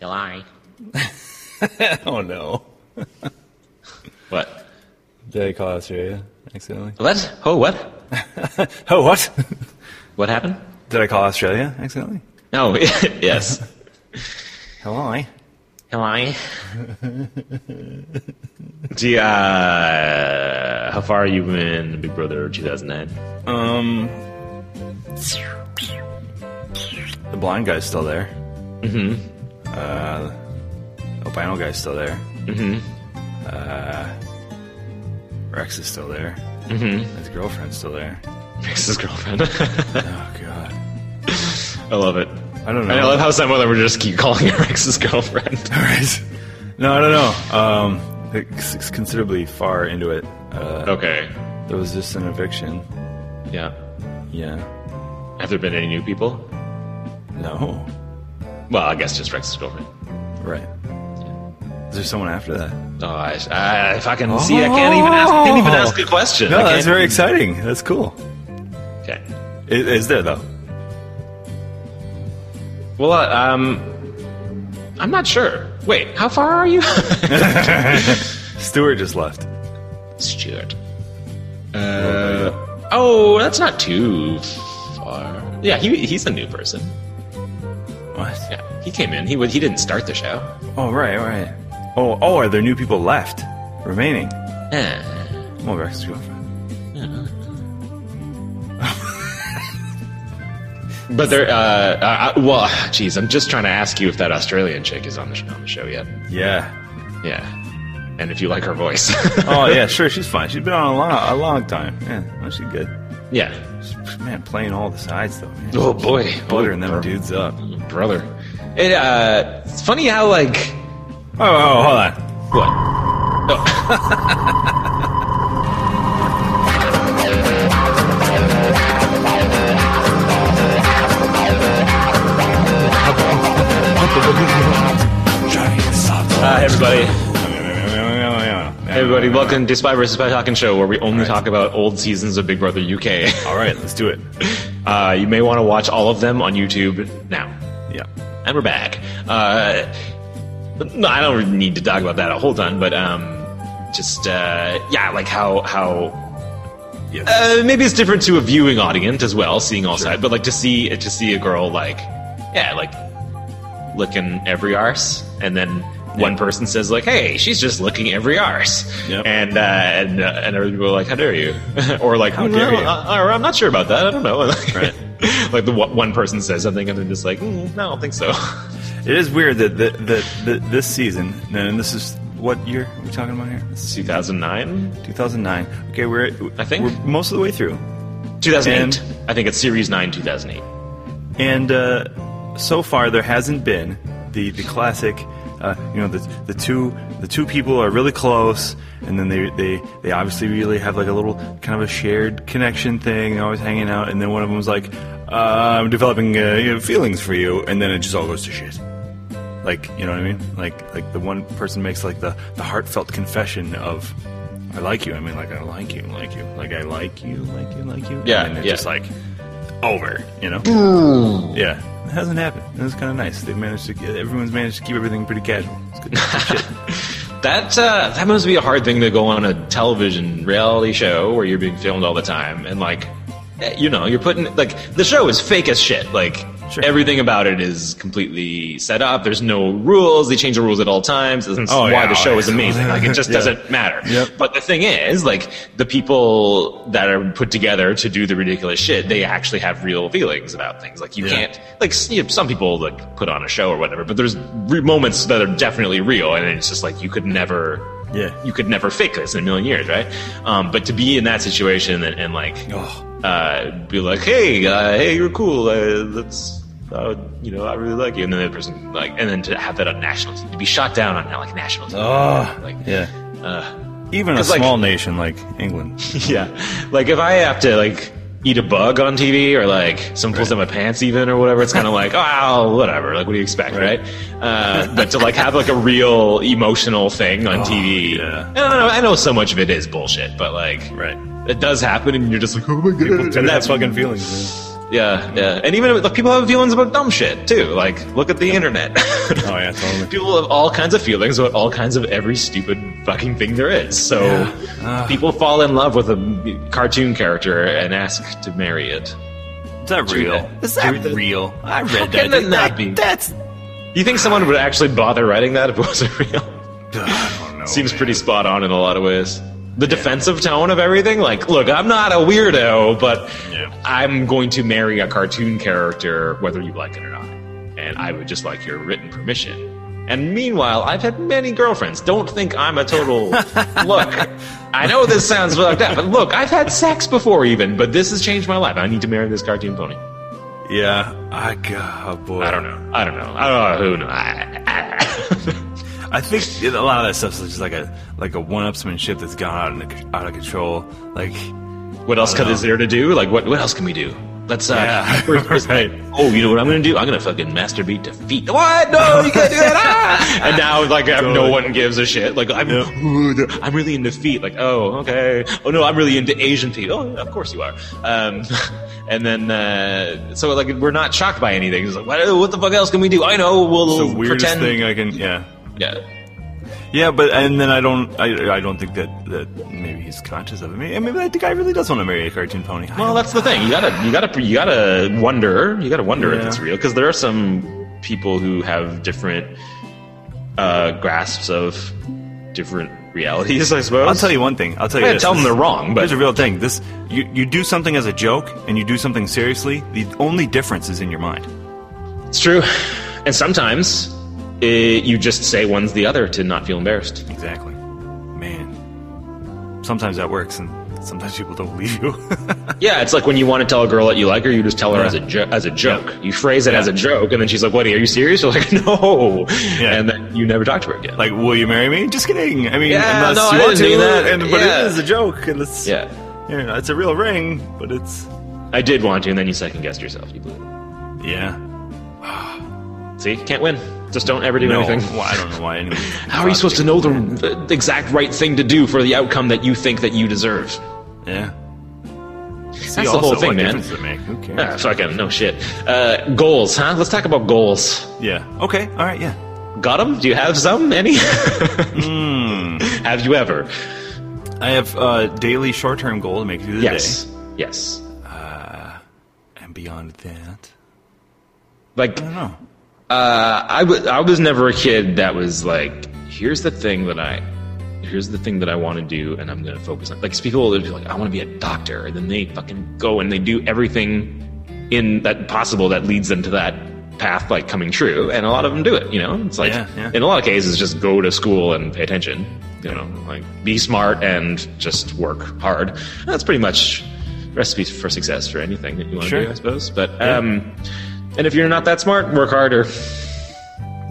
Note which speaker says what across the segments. Speaker 1: You're lying.
Speaker 2: oh no.
Speaker 1: What?
Speaker 2: Did I call Australia accidentally?
Speaker 1: What? Oh, what?
Speaker 2: Oh, what?
Speaker 1: What happened?
Speaker 2: Did I call Australia accidentally?
Speaker 1: No, yes.
Speaker 2: Hello.
Speaker 1: You're lying. Do you, uh, how far are you in Big Brother 2009?
Speaker 2: Um. The blind guy's still there. Mm hmm. Uh, albino guy's still there. Mm hmm. Uh, Rex is still there. Mm hmm. His girlfriend's still there.
Speaker 1: Rex's girlfriend. I
Speaker 2: Oh, God.
Speaker 1: love it.
Speaker 2: I don't know.
Speaker 1: I love how some of them would just keep calling her Rex's girlfriend.
Speaker 2: All right. No, I don't know. Um, it's it's considerably far into it. Uh,
Speaker 1: Okay.
Speaker 2: There was just an eviction.
Speaker 1: Yeah.
Speaker 2: Yeah.
Speaker 1: Have there been any new people?
Speaker 2: No.
Speaker 1: Well, I guess just Rex's girlfriend.
Speaker 2: Right. Is there someone after that?
Speaker 1: Oh, I, I, if I can see, I can't even ask. I can't even ask a question.
Speaker 2: No,
Speaker 1: I
Speaker 2: that's
Speaker 1: can't-
Speaker 2: very exciting. That's cool.
Speaker 1: Okay.
Speaker 2: I- Is there though?
Speaker 1: Well, uh, um, I'm not sure. Wait, how far are you?
Speaker 2: Stewart just left.
Speaker 1: Stuart. Uh, oh, that's not too far. Yeah, he, he's a new person.
Speaker 2: What?
Speaker 1: Yeah, he came in. He wa- he didn't start the show.
Speaker 2: Oh right, right. Oh, oh, are there new people left, remaining?
Speaker 1: Eh.
Speaker 2: Well, Rex's girlfriend.
Speaker 1: But there, uh, uh, uh, well, geez, I'm just trying to ask you if that Australian chick is on the sh- on the show yet.
Speaker 2: Yeah.
Speaker 1: Yeah, and if you like her voice.
Speaker 2: Oh yeah, sure. She's fine. She's been on a long, a long time. Yeah, no, she's good.
Speaker 1: yeah.
Speaker 2: She's, man, playing all the sides though. Man.
Speaker 1: Oh boy,
Speaker 2: Buttering
Speaker 1: oh,
Speaker 2: them
Speaker 1: bro-
Speaker 2: dudes up. Oh,
Speaker 1: brother. It, uh, it's funny how like
Speaker 2: oh, hold on.
Speaker 1: what? Oh. Hi, everybody. Hey, everybody. Welcome to Spy vs. Spy Talking Show, where we only talk about old seasons of Big Brother UK.
Speaker 2: All right, let's do it.
Speaker 1: Uh, you may want to watch all of them on YouTube now.
Speaker 2: Yeah.
Speaker 1: And we're back. Uh, but no, I don't need to talk about that a whole ton, but um, just, uh, yeah, like how, how
Speaker 2: Yes.
Speaker 1: uh, maybe it's different to a viewing audience as well, seeing all sides. But like to see to see a girl like, yeah, like licking every arse, and then one person says like, "Hey, she's just licking every arse,"
Speaker 2: Yep.
Speaker 1: and uh, and uh, and other people are like, "How dare you?" or like, "How
Speaker 2: dare you?"
Speaker 1: or I'm not sure about that. I don't know. Like,
Speaker 2: Right.
Speaker 1: like the one one person says something, and then just like, mm, "No, I don't think so."
Speaker 2: It is weird that that, that, that this season, and this is what year are we talking about here? This is
Speaker 1: 2009,
Speaker 2: 2009. Okay, we're
Speaker 1: I think.
Speaker 2: we're most of the way through,
Speaker 1: 2008.
Speaker 2: And-
Speaker 1: I think it's series nine, 2008.
Speaker 2: and uh, so far there hasn't been the the classic. Uh, you know the the two the two people are really close, and then they they they obviously really have like a little kind of a shared connection thing. They're always hanging out, and then one of them's like, uh, "I'm developing uh, you know, feelings for you," and then it just all goes to shit. like you know what I mean? Like like the one person makes like the, the heartfelt confession of I like you. I mean like I like you, like you, like I like you, like you, like you.
Speaker 1: Yeah,
Speaker 2: and then it's
Speaker 1: yeah.
Speaker 2: just like over, you know? Yeah, it hasn't happened. And it's kind of nice. They've managed to everyone's managed to keep everything pretty casual. It's good. Shit.
Speaker 1: That uh, that must be a hard thing to go on a television reality show where you're being filmed all the time and like, eh, you know, you're putting like the show is fake as shit. Like
Speaker 2: Sure.
Speaker 1: everything about it is completely set up. There's no rules. They change the rules at all times. That's
Speaker 2: Oh,
Speaker 1: why
Speaker 2: yeah,
Speaker 1: the show
Speaker 2: oh,
Speaker 1: is
Speaker 2: yeah.
Speaker 1: amazing. Like it just
Speaker 2: Yeah.
Speaker 1: doesn't matter.
Speaker 2: Yep.
Speaker 1: But the thing is, like the people that are put together to do the ridiculous shit, they actually have real feelings about things. Like you
Speaker 2: Yeah.
Speaker 1: can't like s- you know, some people like put on a show or whatever, but there's re- moments that are definitely real, and it's just like you could never,
Speaker 2: Yeah.
Speaker 1: you could never fake this in a million years, right? Um, but to be in that situation and, and like
Speaker 2: Oh.
Speaker 1: uh, be like, hey, uh, hey, you're cool, uh, let's. Uh, you know, I really like you, and then the person like, and then to have that on national, t- to be shot down on like national, TV,
Speaker 2: Ugh.
Speaker 1: like,
Speaker 2: Oh. yeah.
Speaker 1: uh,
Speaker 2: Even a
Speaker 1: 'Cause, like-
Speaker 2: small nation like England.
Speaker 1: yeah. Like if I have to like eat a bug on TV or like someone pulls down my pants even or whatever, it's kind of like, oh, whatever. Like, what do you expect,
Speaker 2: Right.
Speaker 1: right? Uh, but to like have like a real emotional thing on TV,
Speaker 2: Oh, yeah.
Speaker 1: I don't know. I know so much of it is bullshit, but like,
Speaker 2: Right.
Speaker 1: it does happen, and you're just like, oh my god,
Speaker 2: People do
Speaker 1: and
Speaker 2: have
Speaker 1: that's
Speaker 2: fucking feelings.
Speaker 1: Yeah, yeah. And even like, people have feelings about dumb shit too. Like, look at the internet.
Speaker 2: Oh yeah, totally.
Speaker 1: people have all kinds of feelings about all kinds of every stupid fucking thing there is. So
Speaker 2: Yeah. Ugh.
Speaker 1: people fall in love with a cartoon character and ask to marry it.
Speaker 3: Is that
Speaker 1: Dude,
Speaker 3: real?
Speaker 1: that-
Speaker 3: Is that
Speaker 1: dude, that-
Speaker 3: real? I read that.
Speaker 1: can that
Speaker 3: Dude,
Speaker 1: not be?
Speaker 3: That's.
Speaker 1: You think someone would actually bother writing that if it wasn't real?
Speaker 2: I don't know,
Speaker 1: Seems
Speaker 2: Oh, man.
Speaker 1: pretty spot on in a lot of ways. The defensive tone of everything, like, look, I'm not a weirdo, but
Speaker 2: Yeah.
Speaker 1: I'm going to marry a cartoon character, whether you like it or not. And I would just like your written permission. And meanwhile, I've had many girlfriends. Don't think I'm a total. look, I know this sounds fucked up, but look, I've had sex before even, but this has changed my life. I need to marry this cartoon pony.
Speaker 2: Yeah. I God, oh, boy.
Speaker 1: I don't know. I don't know. I don't know who. Knows. I-
Speaker 2: I think a lot of that stuff is just like a like a one-upsmanship that's gone out of, out of control. Like,
Speaker 1: What else
Speaker 2: I don't
Speaker 1: can,
Speaker 2: know.
Speaker 1: is there to do? Like, what, what else can we do? Let's, uh,
Speaker 2: Yeah,
Speaker 1: first- first-
Speaker 2: right.
Speaker 1: oh, you know what I'm gonna do? I'm gonna fucking masturbate to feet. What? No, you can't do that! Ah! and now, like, no
Speaker 2: Totally.
Speaker 1: one gives a shit. Like, I'm,
Speaker 2: Yeah.
Speaker 1: "Ooh, they're- I'm really into feet. Like, oh, okay. Oh no, I'm really into Asian feet. Oh, of course you are. Um, and then, uh, so like, we're not shocked by anything. It's like, what, what the fuck else can we do? I know,
Speaker 2: it's
Speaker 1: we'll
Speaker 2: the weirdest
Speaker 1: pretend.
Speaker 2: thing I can. Yeah.
Speaker 1: Yeah.
Speaker 2: Yeah, but and then I don't, I, I don't think that that maybe he's conscious of it. Maybe, maybe that the guy really does want to marry a cartoon pony. I
Speaker 1: Well,
Speaker 2: don't-
Speaker 1: that's the thing. You gotta, you gotta, you gotta wonder. You gotta wonder if
Speaker 2: Yeah.
Speaker 1: it's real because there are some people who have different uh, grasps of different realities. I suppose.
Speaker 2: I'll tell you one thing. I'll tell
Speaker 1: I'm
Speaker 2: you.
Speaker 1: gonna
Speaker 2: This.
Speaker 1: tell them
Speaker 2: This-
Speaker 1: they're wrong, but-
Speaker 2: here's a real thing. This you you do something as a joke and you do something seriously. The only difference is in your mind.
Speaker 1: It's true. And sometimes eh, you just say one's the other to not feel embarrassed.
Speaker 2: Exactly. Man, sometimes that works, and sometimes people don't believe you.
Speaker 1: Yeah, it's like when you want to tell a girl that you like her, you just tell her
Speaker 2: Yeah.
Speaker 1: as a jo- as a joke. You phrase it as a joke, and then she's like, "What? Are you serious?" You're like, "No,"
Speaker 2: Yeah.
Speaker 1: and then you never talk to her again.
Speaker 2: like, will you marry me? Just kidding. I mean,
Speaker 1: Yeah,
Speaker 2: unless
Speaker 1: no,
Speaker 2: you
Speaker 1: I
Speaker 2: want
Speaker 1: didn't
Speaker 2: to,
Speaker 1: mean that.
Speaker 2: and but
Speaker 1: Yeah.
Speaker 2: it is a joke, and it's
Speaker 1: yeah,
Speaker 2: you know, it's a real ring, but it's
Speaker 1: I did want to, and then you second guessed yourself. You blew it.
Speaker 2: yeah.
Speaker 1: See, can't win. Just don't ever do
Speaker 2: No,
Speaker 1: anything.
Speaker 2: well, I don't know why. anyone-
Speaker 1: How are you supposed to know the, the exact right thing to do for the outcome that you think that you deserve?
Speaker 2: Yeah.
Speaker 1: That's the whole thing, man.
Speaker 2: Who cares?
Speaker 1: Ah, fucking no shit. Uh, goals, huh? Let's talk about goals.
Speaker 2: Yeah. Okay. All right. Yeah.
Speaker 1: Got them? Do you have some? Any? Have you ever?
Speaker 2: I have uh, daily short-term goal to make it through the
Speaker 1: Yes. Yes.
Speaker 2: day, and beyond that,
Speaker 1: Like,
Speaker 2: I don't know.
Speaker 1: uh, I, w- I was never a kid that was like, here's the thing that I, here's the thing that I want to do, and I'm gonna focus on. Like, 'cause people would be like, I want to be a doctor, and then they fucking go and they do everything in that possible that leads them to that path, like coming true. And a lot of them do it. You know, it's like
Speaker 2: Yeah, yeah.
Speaker 1: in a lot of cases, just go to school and pay attention. You know, like be smart and just work hard. That's pretty much recipes for success for anything that you want to
Speaker 2: Sure.
Speaker 1: do, I suppose. But um, and if you're not that smart, work harder.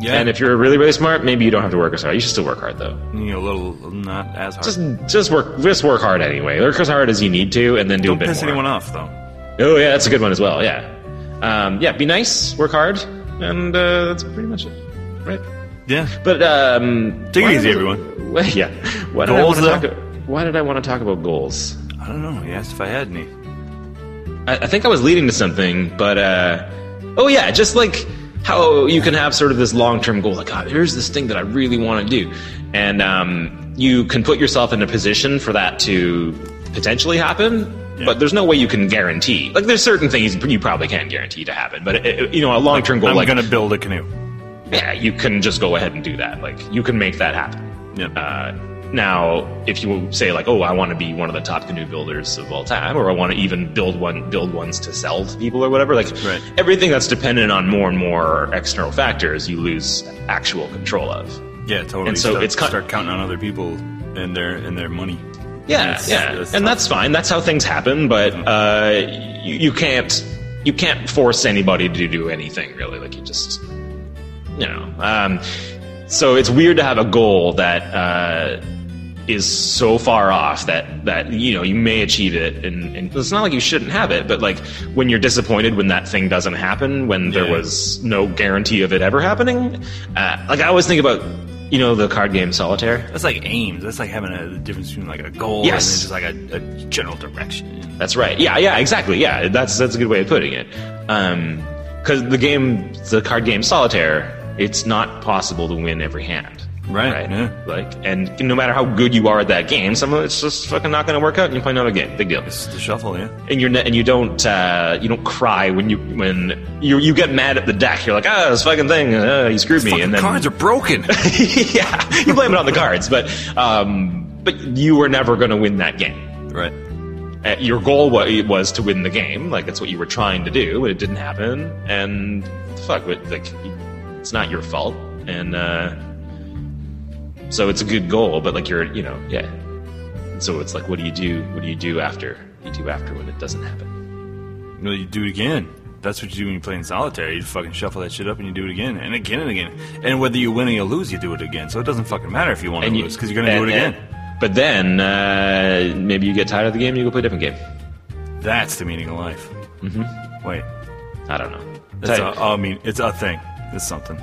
Speaker 2: Yeah.
Speaker 1: And if you're really, really smart, maybe you don't have to work as hard. You should still work hard though.
Speaker 2: you know, a little not as hard.
Speaker 1: Just, just work, just work hard anyway. Work as hard as you need to, and then do
Speaker 2: don't
Speaker 1: a bit
Speaker 2: piss
Speaker 1: more.
Speaker 2: anyone off, though.
Speaker 1: Oh yeah, that's a good one as well. Yeah, um, yeah. Be nice, work hard, and uh, that's pretty much it, right?
Speaker 2: Yeah.
Speaker 1: But um,
Speaker 2: Take it
Speaker 1: why
Speaker 2: easy,
Speaker 1: did-
Speaker 2: everyone.
Speaker 1: Wait, yeah. Why did
Speaker 2: Goals,
Speaker 1: I want
Speaker 2: though?
Speaker 1: to talk? Why did I want to talk about goals?
Speaker 2: I don't know. You asked if I had any.
Speaker 1: I, I think I was leading to something, but uh, oh yeah, just like how you can have sort of this long-term goal, like God, here's this thing that I really want to do, and um, you can put yourself in a position for that to potentially happen.
Speaker 2: Yeah.
Speaker 1: But there's no way you can guarantee. Like, there's certain things you probably can guarantee to happen. But it, it- you know, a long-term goal,
Speaker 2: I'm
Speaker 1: like
Speaker 2: gonna build a canoe.
Speaker 1: yeah, you can just go ahead and do that. Like, you can make that happen.
Speaker 2: Yeah.
Speaker 1: Uh, now, if you say like, "Oh, I want to be one of the top canoe builders of all time," or "I want to even build one, build ones to sell to people or whatever," like
Speaker 2: Right.
Speaker 1: everything that's dependent on more and more external factors, you lose actual control of.
Speaker 2: yeah. Totally.
Speaker 1: and so
Speaker 2: start,
Speaker 1: it's cut-
Speaker 2: start counting on other people and their and their money.
Speaker 1: Yeah,
Speaker 2: It's-
Speaker 1: yeah,
Speaker 2: it's
Speaker 1: and
Speaker 2: tough.
Speaker 1: that's fine. That's how things happen. But uh, you, you can't you can't force anybody to do anything really. Like you just you know. Um, so it's weird to have a goal that uh, is so far off that that you know you may achieve it, and, and it's not like you shouldn't have it, but like when you're disappointed when that thing doesn't happen, when there
Speaker 2: Yeah.
Speaker 1: was no guarantee of it ever happening. Uh, like I always think about You know the card game Solitaire?
Speaker 3: That's like aims. That's like having a the difference between like a goal and
Speaker 1: Yes.
Speaker 3: then just like a, a general direction.
Speaker 1: That's right. Yeah, yeah, exactly. Yeah, that's that's a good way of putting it. Because the game, the card game Solitaire, it's not possible to win every hand.
Speaker 2: Right, yeah.
Speaker 1: Like, and no matter how good you are at that game, some of it's just fucking not going to work out, and you play another game. Big deal.
Speaker 2: It's the shuffle, yeah.
Speaker 1: And you're ne- and you don't uh, you don't cry when you when you you get mad at the deck. You're like, ah, this fucking thing, uh, he screwed me.
Speaker 2: Fucking
Speaker 1: And then
Speaker 2: cards are broken.
Speaker 1: yeah, you blame it on the cards, but um, but you were never going to win that game
Speaker 2: right.
Speaker 1: uh, your goal wa- was to win the game like that's what you were trying to do but it didn't happen and fuck but, like it's not your fault and uh, so it's a good goal but like you're you know yeah And so it's like what do you do what do you do after what do you do after when it doesn't happen
Speaker 2: No, you do it again. That's what you do when you play in solitaire. You fucking shuffle that shit up and you do it again and again and again. And whether you win or you lose, you do it again. So it doesn't fucking matter if you want to
Speaker 1: and
Speaker 2: lose because you're gonna do
Speaker 1: and-
Speaker 2: it again.
Speaker 1: and- but then uh, maybe you get tired of the game you go play a different game
Speaker 2: That's the meaning of life. Mm-hmm. Wait,
Speaker 1: i don't know
Speaker 2: that's
Speaker 1: Tight.
Speaker 2: a, I mean, it's a thing. It's something.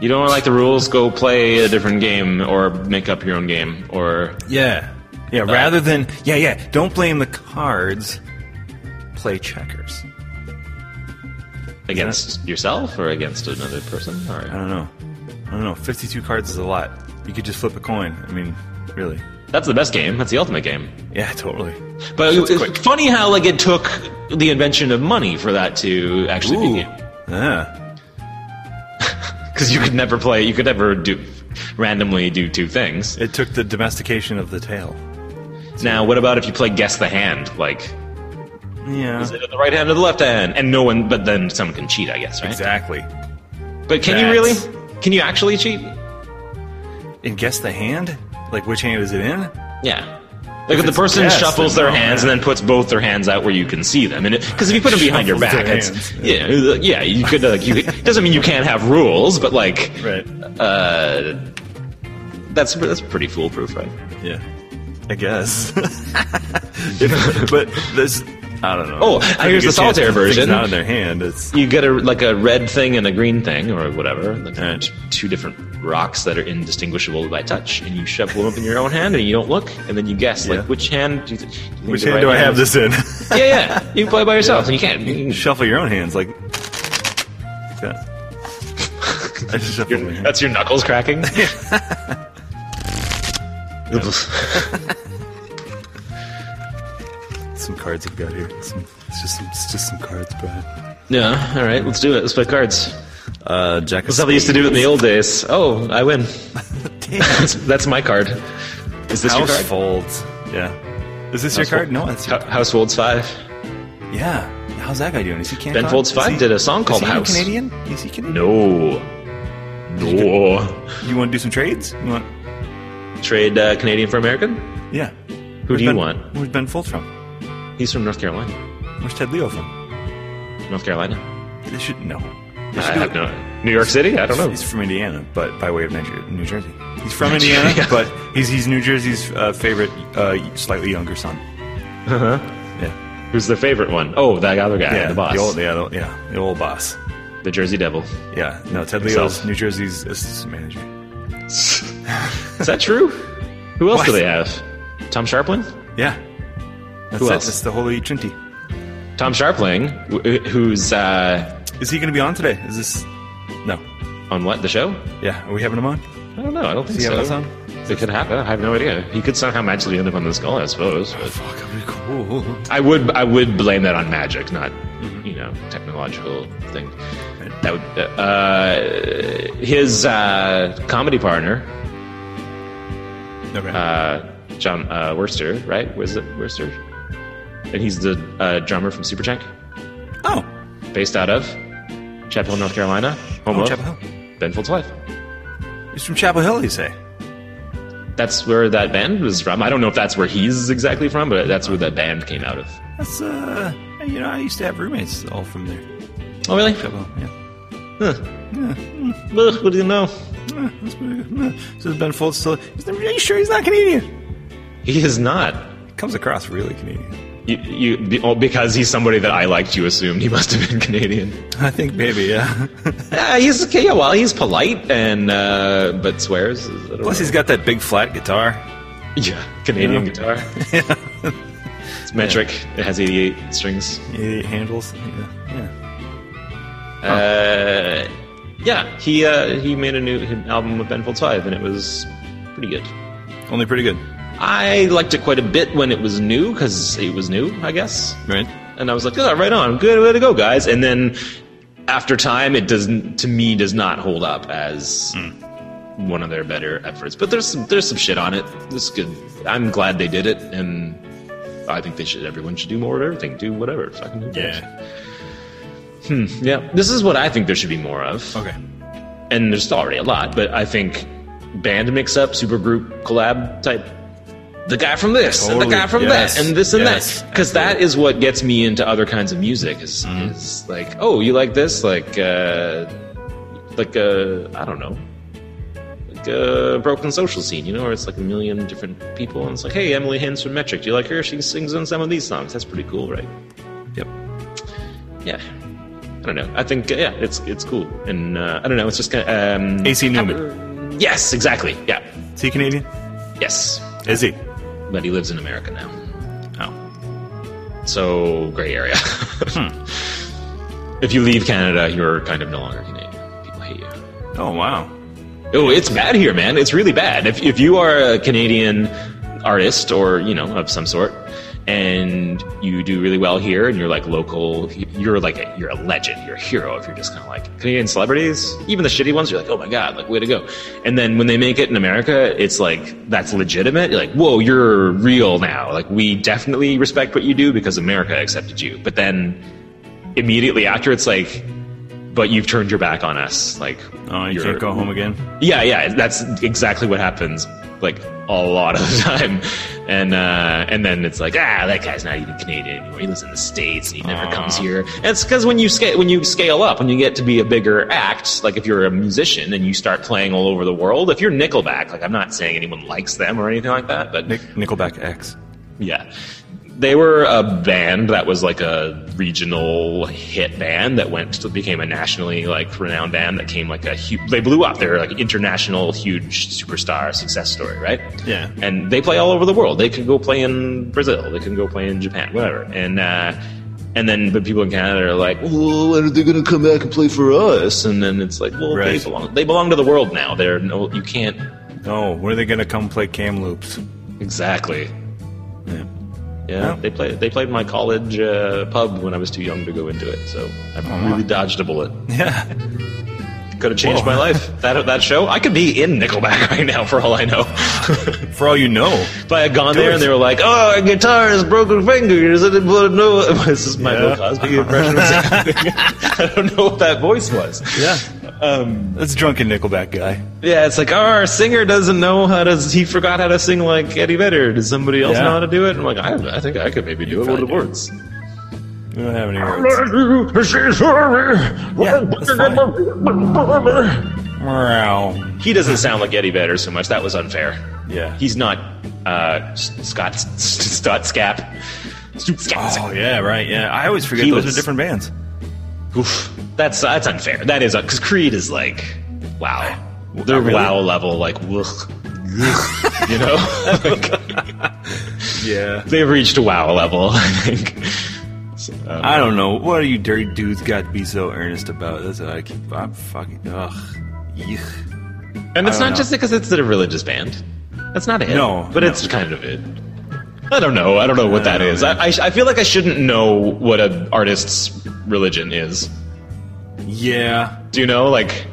Speaker 1: you don't like the rules go play a different game or make up your own game or
Speaker 2: Yeah, yeah. rather than yeah, yeah. Don't blame the cards. Play checkers.
Speaker 1: Against yourself or against another person?
Speaker 2: I
Speaker 1: Or
Speaker 2: don't know. I don't know. Fifty-two cards is a lot. You could just flip a coin. I mean, really.
Speaker 1: that's the best game. That's the ultimate game.
Speaker 2: Yeah, totally.
Speaker 1: But
Speaker 2: That's
Speaker 1: it's
Speaker 2: quick.
Speaker 1: funny how like it took the invention of money for that to actually be a game.
Speaker 2: Yeah.
Speaker 1: Because you could never play. You could never do randomly do two things.
Speaker 2: It took the domestication of the tail.
Speaker 1: Now, what about if you play guess the hand? Like,
Speaker 2: Yeah.
Speaker 1: is it the right hand or the left hand? And no one. But then someone can cheat, I guess, right?
Speaker 2: Exactly.
Speaker 1: But can you
Speaker 2: That's-
Speaker 1: really? Can you actually cheat?
Speaker 2: And guess the hand? Like which hand is it in?
Speaker 1: Yeah. Like if the
Speaker 2: it's
Speaker 1: person
Speaker 2: guessed,
Speaker 1: shuffles
Speaker 2: then
Speaker 1: their
Speaker 2: no,
Speaker 1: hands and then puts both their hands out where you can see them, and because if you put them behind your
Speaker 2: Shuffles
Speaker 1: back,
Speaker 2: their
Speaker 1: it's, yeah, uh, yeah, you could like you could, doesn't mean you can't have rules, but like
Speaker 2: Right.
Speaker 1: uh, that's that's pretty foolproof, right?
Speaker 2: Yeah. I guess. If- but this I don't know.
Speaker 1: Oh,
Speaker 2: There's a
Speaker 1: here's
Speaker 2: good
Speaker 1: the solitaire
Speaker 2: chance the thing's
Speaker 1: version.
Speaker 2: Not in their hand. It's
Speaker 1: You get a like a red thing and a green thing or whatever, like
Speaker 2: Right.
Speaker 1: t- two different rocks that are indistinguishable by touch, and you shove one up in your own hand and you don't look, and then you guess
Speaker 2: Yeah.
Speaker 1: like which hand do you, th- do you think
Speaker 2: which
Speaker 1: the
Speaker 2: hand
Speaker 1: right
Speaker 2: do I have
Speaker 1: is-
Speaker 2: this in?
Speaker 1: Yeah, yeah, you play by yourself and you can't. You can
Speaker 2: Shuffle your own hands like that. I just shuffle my hand.
Speaker 1: That's your knuckles cracking.
Speaker 2: Some cards I've got here. Some, it's just some, it's just some cards, Brad.
Speaker 1: yeah. All right. Let's do it. Let's play cards.
Speaker 2: Uh, Jack.
Speaker 1: That's how they used to do it in the old days. Oh, I win. that's, that's my card. Is this your
Speaker 2: House
Speaker 1: card?
Speaker 2: folds. Yeah. Is this your card? No, that's your
Speaker 1: Ho- House Folds Five.
Speaker 2: Yeah. How's that guy doing? Is he Canada?
Speaker 1: Ben Folds Five did a song called
Speaker 2: is he even
Speaker 1: House.
Speaker 2: Canadian? Is he Canadian?
Speaker 1: No. No.
Speaker 2: You want to do some trades? You want?
Speaker 1: Trade uh, Canadian for American?
Speaker 2: Yeah.
Speaker 1: Who do you
Speaker 2: ben,
Speaker 1: want?
Speaker 2: Where's Ben Folds from?
Speaker 1: He's from North Carolina.
Speaker 2: Where's Ted Leo from?
Speaker 1: North Carolina.
Speaker 2: They should know.
Speaker 1: I have no. New York City? I don't know.
Speaker 2: He's from Indiana, but by way of Niger- New Jersey. He's from Indiana,
Speaker 1: Yeah.
Speaker 2: but he's he's New Jersey's uh, favorite, uh, slightly younger son. Yeah.
Speaker 1: Who's the favorite one? Oh, that other guy,
Speaker 2: yeah.
Speaker 1: Uh-huh. the boss,
Speaker 2: old, yeah, the, yeah. The old boss.
Speaker 1: the Jersey Devil.
Speaker 2: Yeah. No, Ted
Speaker 1: Himself.
Speaker 2: Leo's New Jersey's assistant manager.
Speaker 1: Is that true? Who else do
Speaker 2: What?
Speaker 1: they have? Tom Sharpling?
Speaker 2: Yeah. That's
Speaker 1: Who
Speaker 2: it.
Speaker 1: else?
Speaker 2: That's the Holy Trinity.
Speaker 1: Tom Sharpling, wh- who's uh,
Speaker 2: Is he going to be on today? Is this? No.
Speaker 1: on what the show?
Speaker 2: Yeah. Are we having him on?
Speaker 1: I don't know. I don't think
Speaker 2: he have
Speaker 1: so.
Speaker 2: us on?
Speaker 1: It could happen. I have no idea. He could somehow magically end up on this call, I suppose. but-
Speaker 2: Fuck, that'd be cool.
Speaker 1: I would I would blame that on magic, not
Speaker 2: Mm-hmm.
Speaker 1: you know technological thing. That would uh, his uh, comedy partner
Speaker 2: Okay.
Speaker 1: uh, John uh, Worcester, right? Was it Worcester? And he's the uh, drummer from Superchunk,
Speaker 2: oh,
Speaker 1: based out of Chapel Hill, North Carolina. Home
Speaker 2: Oh,
Speaker 1: of
Speaker 2: Chapel Hill.
Speaker 1: Ben Folds' wife.
Speaker 2: he's from Chapel Hill, you say?
Speaker 1: That's where that band was from. I don't know if that's where he's exactly from, but that's where that band came out of.
Speaker 2: That's uh, you know, I used to have roommates all from there.
Speaker 1: Oh, really?
Speaker 2: Chapel Hill, yeah.
Speaker 1: Ugh, what do you know?
Speaker 2: Eh, That's pretty good. Eh, So is Ben Folds still? Is there, are you sure he's not Canadian?
Speaker 1: He is not.
Speaker 2: Comes across really Canadian.
Speaker 1: You, you be- oh, because he's somebody that I liked. You assumed he must have been Canadian.
Speaker 2: I think maybe, yeah.
Speaker 1: Uh, he's okay, yeah, well, he's polite and uh, but swears. I don't
Speaker 2: Plus,
Speaker 1: know.
Speaker 2: he's got that big flat guitar.
Speaker 1: yeah, Canadian
Speaker 2: Yeah.
Speaker 1: guitar. it's metric. It has eighty-eight strings.
Speaker 2: Eighty-eight handles. Yeah. yeah.
Speaker 1: Uh, yeah, he uh, he made a new an album with Ben Folds Five, and it was pretty good.
Speaker 2: Only pretty good,
Speaker 1: I liked it quite a bit when it was new because it was new, I guess.
Speaker 2: right?
Speaker 1: And I was like, oh, right on, good way to go, guys. And then after time, it doesn't to me does not hold up as one of their better efforts. But there's some, there's some shit on it. This good. I'm glad they did it, and I think they should. Everyone should do more of everything. Do whatever. Fucking do
Speaker 2: Yeah.
Speaker 1: things. yeah. This is what I think there should be more of.
Speaker 2: Okay.
Speaker 1: And there's already a lot, but I think band mix-up, supergroup collab type. The guy from this, and the
Speaker 2: Totally.
Speaker 1: guy from
Speaker 2: Yes.
Speaker 1: that, and this and
Speaker 2: Yes.
Speaker 1: that, because that is what gets me into other kinds of music. Is,
Speaker 2: Mm-hmm.
Speaker 1: is like, oh, you like this, like, uh, like uh, I don't know, like a broken social scene, you know, where it's like a million different people, and it's like, hey, Emily Hens from Metric, do you like her? She sings on some of these songs. That's pretty cool, right?
Speaker 2: Yep.
Speaker 1: yeah i don't know i think uh, yeah it's it's cool and uh, i don't know it's just kind of um
Speaker 2: AC Newman.
Speaker 1: yes exactly yeah
Speaker 2: Is he Canadian?
Speaker 1: yes
Speaker 2: Is he?
Speaker 1: but he lives in america now
Speaker 2: Oh.
Speaker 1: so gray area if you leave canada you're kind of no longer canadian people hate you
Speaker 2: Oh wow.
Speaker 1: oh it's bad here man it's really bad if, if you are a canadian artist or you know of some sort and you do really well here and you're like local you're like a, you're a legend you're a hero if you're just kind of like canadian celebrities even the shitty ones you're like oh my god like way to go and then when they make it in america it's like that's legitimate you're like whoa you're real now like we definitely respect what you do because america accepted you but then immediately after it's like but you've turned your back on us like
Speaker 2: Oh, you
Speaker 1: you're-
Speaker 2: can't go home again.
Speaker 1: yeah, yeah, that's exactly what happens, like a lot of the time, and uh, and then it's like ah, that guy's not even Canadian anymore. He lives in the states. And he never comes here. And it's because when you scale when you scale up, when you get to be a bigger act, like if you're a musician and you start playing all over the world, if you're Nickelback, like I'm not saying anyone likes them or anything like that, but
Speaker 2: Nick- Nickelback X.
Speaker 1: yeah. They were a band that was like a regional hit band that went to became a nationally like renowned band that came like a huge. They blew up. They're like international huge superstar success story, right?
Speaker 2: Yeah.
Speaker 1: And they play all over the world. They can go play in Brazil. They can go play in Japan, whatever. And uh, and then but people in Canada are like, well, when are they going to come back and play for us? And then it's like, well, they
Speaker 2: Right.
Speaker 1: belong. They belong to the world now. They're no. You can't
Speaker 2: No, when Oh, are they gonna come play Cam Loops?
Speaker 1: exactly.
Speaker 2: Yeah.
Speaker 1: Yeah,
Speaker 2: Yeah.
Speaker 1: they played. They played my college uh, pub when I was too young to go into it, so I
Speaker 2: Oh,
Speaker 1: really dodged a bullet.
Speaker 2: Yeah.
Speaker 1: Could have changed my life. That that show, I could be in Nickelback right now for all I know.
Speaker 2: For all you know.
Speaker 1: if I had gone there
Speaker 2: it.
Speaker 1: and they were like, "Oh, our guitar has broken fingers," and it would no, this is my Bill
Speaker 2: Yeah.
Speaker 1: Cosby impression. Of something. I don't know what that voice was.
Speaker 2: Yeah. Um, That's drunken Nickelback guy.
Speaker 1: Yeah, it's like, oh, our singer doesn't know how to. He forgot how to sing like Eddie Vedder. Does somebody else
Speaker 2: Yeah.
Speaker 1: know how to do it? I'm like, I, I think I could maybe do it with the
Speaker 2: probably do.
Speaker 1: words.
Speaker 2: We don't have any words. Yeah, that's Wow.
Speaker 1: He doesn't sound like Eddie Vedder so much. That was unfair.
Speaker 2: Yeah.
Speaker 1: He's not uh, Scott Scott Scap.
Speaker 2: Oh yeah, right. Yeah, I always forget
Speaker 1: He
Speaker 2: those
Speaker 1: was-
Speaker 2: are different bands.
Speaker 1: Oof. That's uh, that's unfair. That is because Creed is like wow, they're
Speaker 2: Oh, Really?
Speaker 1: wow level like ugh. you know
Speaker 2: Yeah.
Speaker 1: they've reached a wow level. I think. So, um,
Speaker 2: I don't know. What are you dirty dudes got to be so earnest about? That's what I keep. I'm fucking. Ugh. Yuck.
Speaker 1: and it's
Speaker 2: I don't
Speaker 1: not
Speaker 2: know.
Speaker 1: just because it's a religious band. That's not it.
Speaker 2: No,
Speaker 1: but
Speaker 2: no.
Speaker 1: it's kind of it. I don't know. I don't know what that
Speaker 2: I don't
Speaker 1: is.
Speaker 2: know.
Speaker 1: I, I, I feel like I shouldn't know what an artist's religion is.
Speaker 2: Yeah.
Speaker 1: Do you know, like,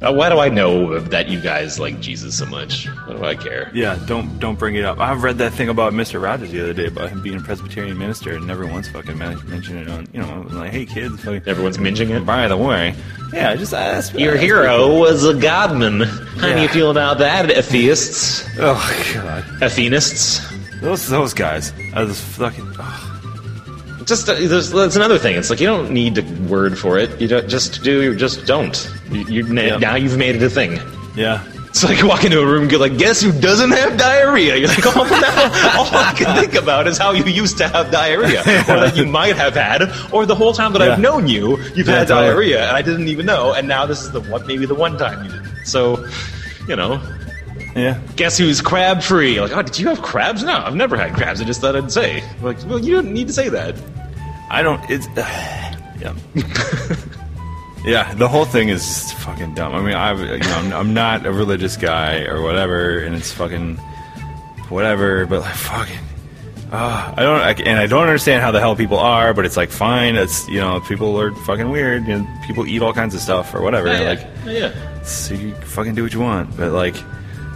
Speaker 1: uh, why do I know that you guys like Jesus so much? Why do I care?
Speaker 2: Yeah. Don't don't bring it up. I read that thing about Mister Rogers the other day about him being a Presbyterian minister and never once fucking men- mentioned it on. You know, it was like, hey kids, fucking.
Speaker 1: Everyone's minging it.
Speaker 2: By the way, yeah, just ask.
Speaker 1: Your
Speaker 2: ask-
Speaker 1: hero was a godman. How do
Speaker 2: Yeah.
Speaker 1: you feel about that, atheists?
Speaker 2: Oh god,
Speaker 1: Atheists?
Speaker 2: those those guys are just fucking. oh, ugh.
Speaker 1: Just uh, there's, that's another thing. It's like you don't need a word for it. You don't just do. Just don't. You, you na-
Speaker 2: Yeah.
Speaker 1: now you've made it a thing.
Speaker 2: Yeah.
Speaker 1: It's like you walk into a room and go like, guess who doesn't have diarrhea? You're like, oh no. All I can think about is how you used to have diarrhea, or that you might have had, or the whole time that I've
Speaker 2: Yeah.
Speaker 1: known you, you've
Speaker 2: Yeah,
Speaker 1: had
Speaker 2: totally.
Speaker 1: diarrhea, and I didn't even know, and now this is the one, maybe the one time you did. So, you know,
Speaker 2: Yeah.
Speaker 1: guess who's crab free? Like, oh, did you have crabs? No, I've never had crabs. I just thought I'd say. Like, well, you don't need to say that.
Speaker 2: I don't. It's yeah, yeah. The whole thing is just fucking dumb. I mean, I you know I'm, I'm not a religious guy or whatever, and it's fucking whatever. But like fucking, ah, I don't. I, and I don't understand how the hell people are. But it's like fine. It's you know people are fucking weird. You know, people eat all kinds of stuff or whatever.
Speaker 1: Yeah,
Speaker 2: Like
Speaker 1: yeah, yeah.
Speaker 2: so you fucking do what you want. But like,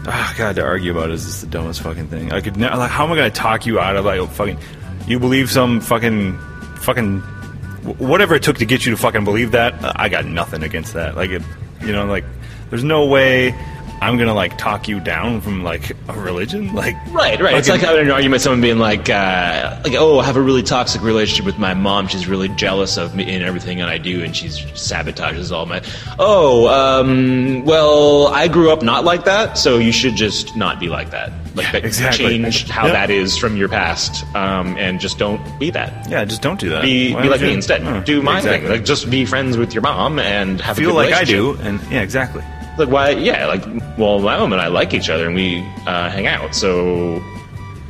Speaker 2: ah, god, to argue about it is just the dumbest fucking thing. I could never. Like, how am I gonna talk you out of like fucking? You believe some fucking, fucking, wh- whatever it took to get you to fucking believe that. uh, I got nothing against that. Like, it, you know, like, there's no way. I'm gonna like talk you down from like a religion, like
Speaker 1: Right, right. It's like
Speaker 2: fucking-
Speaker 1: having an argument, someone being like, uh, like, oh, I have a really toxic relationship with my mom. She's really jealous of me and everything that I do, and she sabotages all my. Oh, um, well, I grew up not like that, so you should just not be like that. Like, but
Speaker 2: exactly.
Speaker 1: change how
Speaker 2: Yep.
Speaker 1: that is from your past, um, and just don't be that.
Speaker 2: yeah, just don't do that.
Speaker 1: Be,
Speaker 2: Why
Speaker 1: be
Speaker 2: would
Speaker 1: like
Speaker 2: you-
Speaker 1: me instead.
Speaker 2: Huh,
Speaker 1: do my
Speaker 2: exactly.
Speaker 1: thing. Like, just be friends with your mom and have a
Speaker 2: feel
Speaker 1: good
Speaker 2: like I
Speaker 1: relationship
Speaker 2: do, and yeah, exactly.
Speaker 1: like why yeah like well my mom and i like each other and we uh, hang out so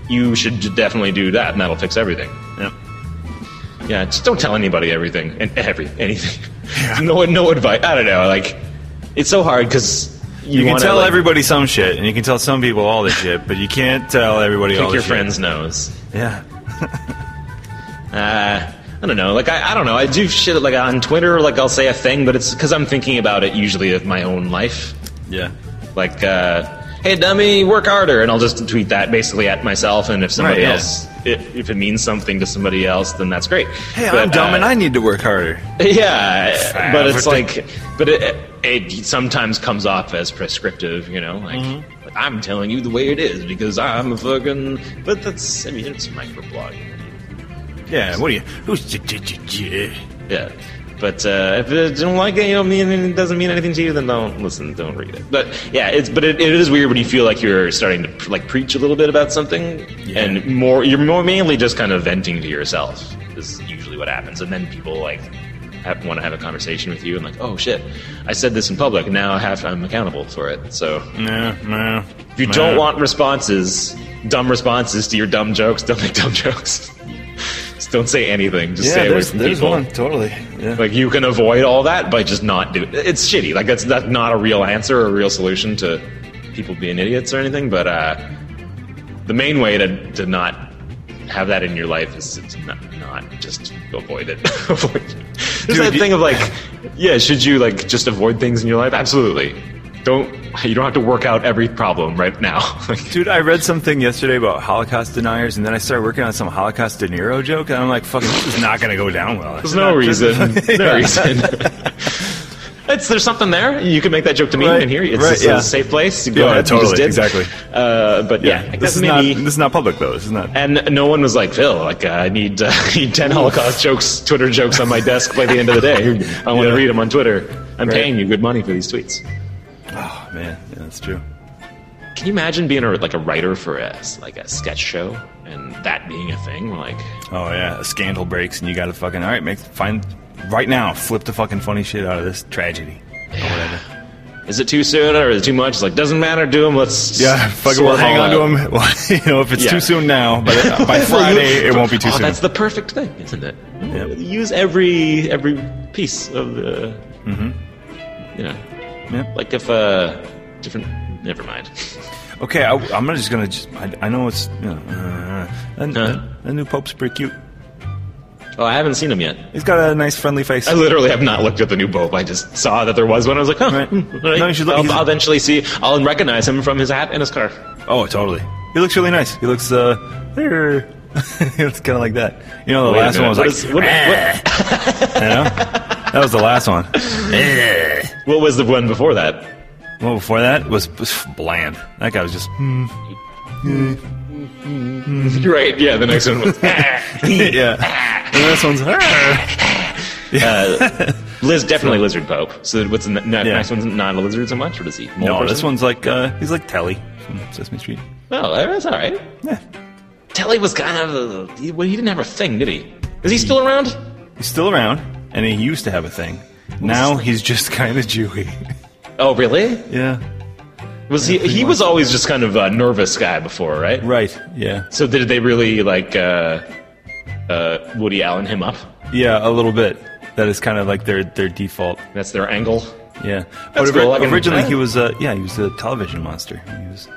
Speaker 1: you should j- definitely do that and that'll fix everything
Speaker 2: Yep.
Speaker 1: yeah just don't tell anybody everything and every anything no no advice i don't know like it's so hard because you,
Speaker 2: You can
Speaker 1: wanna,
Speaker 2: tell
Speaker 1: like,
Speaker 2: everybody some shit, and you can tell some people all this shit, but you can't tell everybody
Speaker 1: pick
Speaker 2: all this
Speaker 1: your
Speaker 2: shit.
Speaker 1: friend's nose
Speaker 2: Yeah.
Speaker 1: uh, I don't know. Like I, I don't know. I do shit like on Twitter. Like I'll say a thing, but it's because I'm thinking about it usually of my own life.
Speaker 2: Yeah.
Speaker 1: like uh, hey dummy work harder and i'll just tweet that basically at myself and if somebody
Speaker 2: Right, yeah.
Speaker 1: else if, if it means something to somebody else then that's great uh,
Speaker 2: Hey, I'm dumb and I need to work harder.
Speaker 1: yeah but it's
Speaker 2: Favorite.
Speaker 1: like but it, it sometimes comes off as prescriptive you know like
Speaker 2: Mm-hmm.
Speaker 1: like, i'm telling you the way it is because i'm a fucking but that's i mean it's microblogging
Speaker 2: Yeah, what are you? Who's j- j- j- j-
Speaker 1: Yeah. But uh, if it don't like it, you don't mean it doesn't mean anything to you, then don't listen, don't read it. But yeah, it's but it, it is weird when you feel like you're starting to like preach a little bit about something,
Speaker 2: Yeah.
Speaker 1: and more you're more mainly just kind of venting to yourself is usually what happens, and then people like have, want to have a conversation with you and like, oh shit, I said this in public, and now I have I'm accountable for it. So
Speaker 2: No, no.
Speaker 1: if you
Speaker 2: no.
Speaker 1: don't want responses, dumb responses to your dumb jokes, don't make dumb jokes. just don't say anything. Just stay away from people.
Speaker 2: totally. Yeah.
Speaker 1: Like you can avoid all that by just not doing. It's shitty. Like that's that's not a real answer or a real solution to people being idiots or anything. But uh, the main way to to not have that in your life is to not, not just avoid it. avoid. There's that
Speaker 2: you-
Speaker 1: thing of like, yeah, should you like just avoid things in your life? Absolutely. Don't you don't have to work out every problem right now. Like,
Speaker 2: Dude, I read something yesterday about Holocaust deniers, and then I started working on some Holocaust De Niro joke, and I'm like, fucking, this is not going to go down well.
Speaker 1: There's no reason. No reason. It's, there's something there. You can make that joke to me
Speaker 2: Right,
Speaker 1: and here. It's,
Speaker 2: right,
Speaker 1: it's
Speaker 2: yeah.
Speaker 1: a safe place. You go
Speaker 2: Yeah,
Speaker 1: ahead, you just
Speaker 2: totally,
Speaker 1: did.
Speaker 2: exactly.
Speaker 1: Uh, but yeah, I
Speaker 2: this
Speaker 1: guess
Speaker 2: is
Speaker 1: maybe.
Speaker 2: not. This is not public though. This is not.
Speaker 1: and no one was like Phil. Like uh, I need, uh, I need ten Holocaust jokes, Twitter jokes on my desk by the end of the day. I want
Speaker 2: Yeah.
Speaker 1: to read them on Twitter. I'm
Speaker 2: Right.
Speaker 1: paying you good money for these tweets.
Speaker 2: Oh man, yeah, that's true.
Speaker 1: Can you imagine being a, like a writer for a s- like a sketch show and that being a thing? Like
Speaker 2: Oh yeah, a scandal breaks, and you got to fucking all right. Make find right now. Flip the fucking funny shit out of this tragedy.
Speaker 1: Is it too soon or is it too much? It's like doesn't matter. Do them. Let's
Speaker 2: Yeah, fucking
Speaker 1: sort
Speaker 2: we'll
Speaker 1: them
Speaker 2: hang
Speaker 1: all
Speaker 2: on
Speaker 1: out.
Speaker 2: to them. Well, you know, if it's
Speaker 1: Yeah.
Speaker 2: too soon now, but uh, by Friday it won't be too
Speaker 1: oh,
Speaker 2: soon.
Speaker 1: That's the perfect thing, isn't it?
Speaker 2: Yeah.
Speaker 1: Use every every piece of the.
Speaker 2: Mm-hmm.
Speaker 1: You know,
Speaker 2: Yeah.
Speaker 1: like if uh, different. Never mind.
Speaker 2: Okay, I, I'm gonna- just gonna. Just, I, I know it's. You know, uh, and,
Speaker 1: Huh?
Speaker 2: the new pope's pretty cute.
Speaker 1: Oh, I haven't seen him yet.
Speaker 2: He's got a nice, friendly face.
Speaker 1: I literally have not looked at the new Pope. I just saw that there was one. I was like, huh.
Speaker 2: Right.
Speaker 1: hmm, all right.
Speaker 2: No, you should look-
Speaker 1: I'll,
Speaker 2: he's-
Speaker 1: I'll eventually see. I'll recognize him from his hat and his scarf.
Speaker 2: oh, totally. He looks really nice. He looks. uh there. He looks kind of like that. You know, the
Speaker 1: Wait a
Speaker 2: last one
Speaker 1: minute,
Speaker 2: was
Speaker 1: what
Speaker 2: like.
Speaker 1: is- what- what-
Speaker 2: you know? That was the last one.
Speaker 1: what was the one before that?
Speaker 2: The one before that was, was bland. That guy was just. hmm.
Speaker 1: Right. Yeah. The next one was.
Speaker 2: yeah. And this one's.
Speaker 1: Uh, Liz definitely lizard pope. So what's the n-
Speaker 2: Yeah.
Speaker 1: next one's not a lizard so much, or does he? Mole
Speaker 2: No,
Speaker 1: person?
Speaker 2: this one's like uh, he's like Telly from Sesame Street.
Speaker 1: Oh, that's all right.
Speaker 2: Yeah,
Speaker 1: Telly was kind of uh, he, well, he didn't have a thing, did he? Is he still around?
Speaker 2: he's still around, and he used to have a thing. Now he's just kind of Jewy.
Speaker 1: Oh, really?
Speaker 2: yeah,
Speaker 1: Was he? He was always just kind of a nervous guy before, right?
Speaker 2: right. Yeah,
Speaker 1: So did they really like uh, uh, Woody Allen him up?
Speaker 2: yeah, a little bit. That is kind of like their their default.
Speaker 1: That's their angle.
Speaker 2: Yeah,
Speaker 1: That's
Speaker 2: but ori-
Speaker 1: cool, I can-
Speaker 2: originally
Speaker 1: yeah.
Speaker 2: he was uh, yeah he was a television monster. He was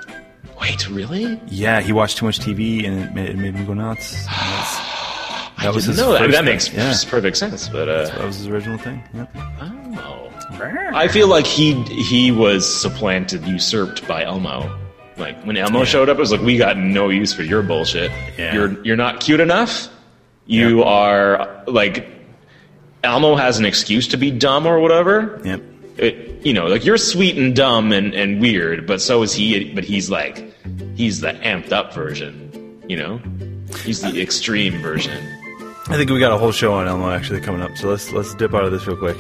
Speaker 1: Wait, really?
Speaker 2: yeah he watched too much TV and it made, it made him go nuts. And that's- that was his
Speaker 1: No, that,
Speaker 2: first
Speaker 1: that makes
Speaker 2: thing. yeah.
Speaker 1: perfect sense. But uh,
Speaker 2: That was his original thing. Yeah.
Speaker 1: oh. I feel like he he was supplanted, usurped by Elmo. Like when Elmo showed up, it was like we got no use for your bullshit.
Speaker 2: Yeah.
Speaker 1: You're you're not cute enough. You are like Elmo has an excuse to be dumb or whatever.
Speaker 2: Yep.
Speaker 1: It, you know, like you're sweet and dumb and, and weird, but so is he. But he's like he's the amped up version. You know, he's
Speaker 2: Uh,
Speaker 1: the extreme version.
Speaker 2: I think we got a whole show on Elmo actually coming up, so let's let's dip out of this real quick.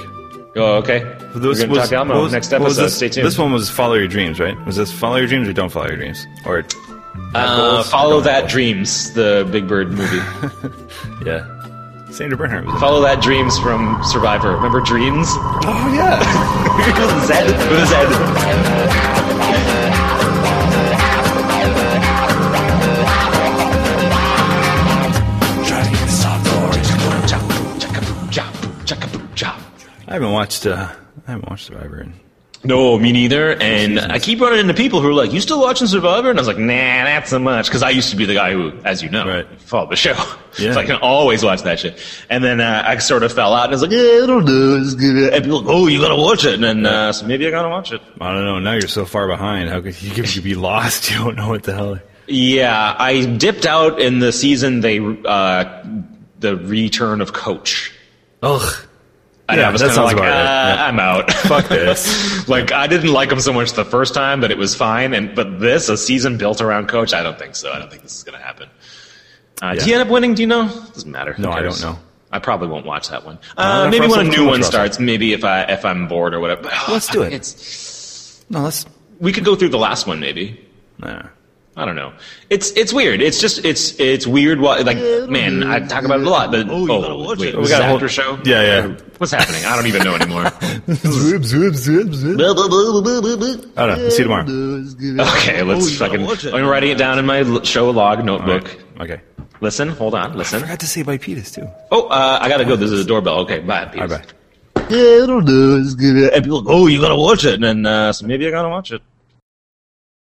Speaker 1: Oh, okay. We're going to talk Elmo
Speaker 2: what was-
Speaker 1: next
Speaker 2: what
Speaker 1: episode.
Speaker 2: was this,
Speaker 1: Stay tuned.
Speaker 2: This one was follow your dreams, right? Was this follow your dreams or don't follow your dreams? Or
Speaker 1: Uh, follow that dreams, the Big Bird movie.
Speaker 2: yeah, Sandra Bernhardt. Was in it.
Speaker 1: follow that dreams from Survivor. Remember dreams?
Speaker 2: Oh yeah.
Speaker 1: It was Zed. It was Zed.
Speaker 2: I haven't watched uh, I haven't watched Survivor. In,
Speaker 1: No, me neither. And I keep running into people who are like, "You still watching Survivor?" And I was like, "Nah, not so much," because I used to be the guy who, as you know,
Speaker 2: Right.
Speaker 1: followed the show,
Speaker 2: Yeah.
Speaker 1: so I can always watch that shit. And then uh, I sort of fell out, and I was like, eh, "I don't know," it's good." and people, like, "Oh, you gotta watch it," and then uh, so maybe I gotta watch it.
Speaker 2: I don't know. Now you're so far behind. How could you, you be lost? You don't know what the hell.
Speaker 1: Yeah, I dipped out in the season. They uh, the return of Coach.
Speaker 2: Ugh.
Speaker 1: And
Speaker 2: Yeah,
Speaker 1: I was
Speaker 2: that
Speaker 1: kinda
Speaker 2: sounds
Speaker 1: like,
Speaker 2: about right,
Speaker 1: "Uh,
Speaker 2: yeah.
Speaker 1: I'm out.
Speaker 2: Fuck this.
Speaker 1: like I didn't like him so much the first time that it was fine, and but this a season built around Coach. I don't think so. I don't think this is gonna happen. Uh, Did
Speaker 2: Yeah.
Speaker 1: he end up winning? Do you know? Doesn't matter. Who
Speaker 2: No, I
Speaker 1: cares?
Speaker 2: don't know.
Speaker 1: I probably won't watch that one.
Speaker 2: don't
Speaker 1: Uh,
Speaker 2: know if
Speaker 1: maybe when a
Speaker 2: Russell-
Speaker 1: new
Speaker 2: too
Speaker 1: one
Speaker 2: much Russell.
Speaker 1: starts. Maybe if I if I'm bored or whatever. But, oh,
Speaker 2: Let's do
Speaker 1: fuck,
Speaker 2: it.
Speaker 1: It's,
Speaker 2: No, let's.
Speaker 1: we could go through the last one maybe. Oh,
Speaker 2: Nah.
Speaker 1: I don't know. It's it's weird. It's just it's it's weird. What like man, I talk about it a lot. But oh, wait,
Speaker 2: We
Speaker 1: we
Speaker 2: got
Speaker 1: got
Speaker 2: a whole-
Speaker 1: after show.
Speaker 2: Yeah, yeah.
Speaker 1: What's happening? I don't even know anymore.
Speaker 2: I don't know. See you tomorrow.
Speaker 1: okay, let's fucking. I'm writing it down in my l- show log notebook.
Speaker 2: Okay.
Speaker 1: Listen, hold on, listen.
Speaker 2: Forgot to say by Petus too.
Speaker 1: Oh, uh, I gotta go. This is a doorbell. Okay, bye. Peace.
Speaker 2: Bye bye.
Speaker 1: Yeah, I don't know. It's good. And people, go, oh, you gotta watch it, and then uh, so maybe I gotta watch it.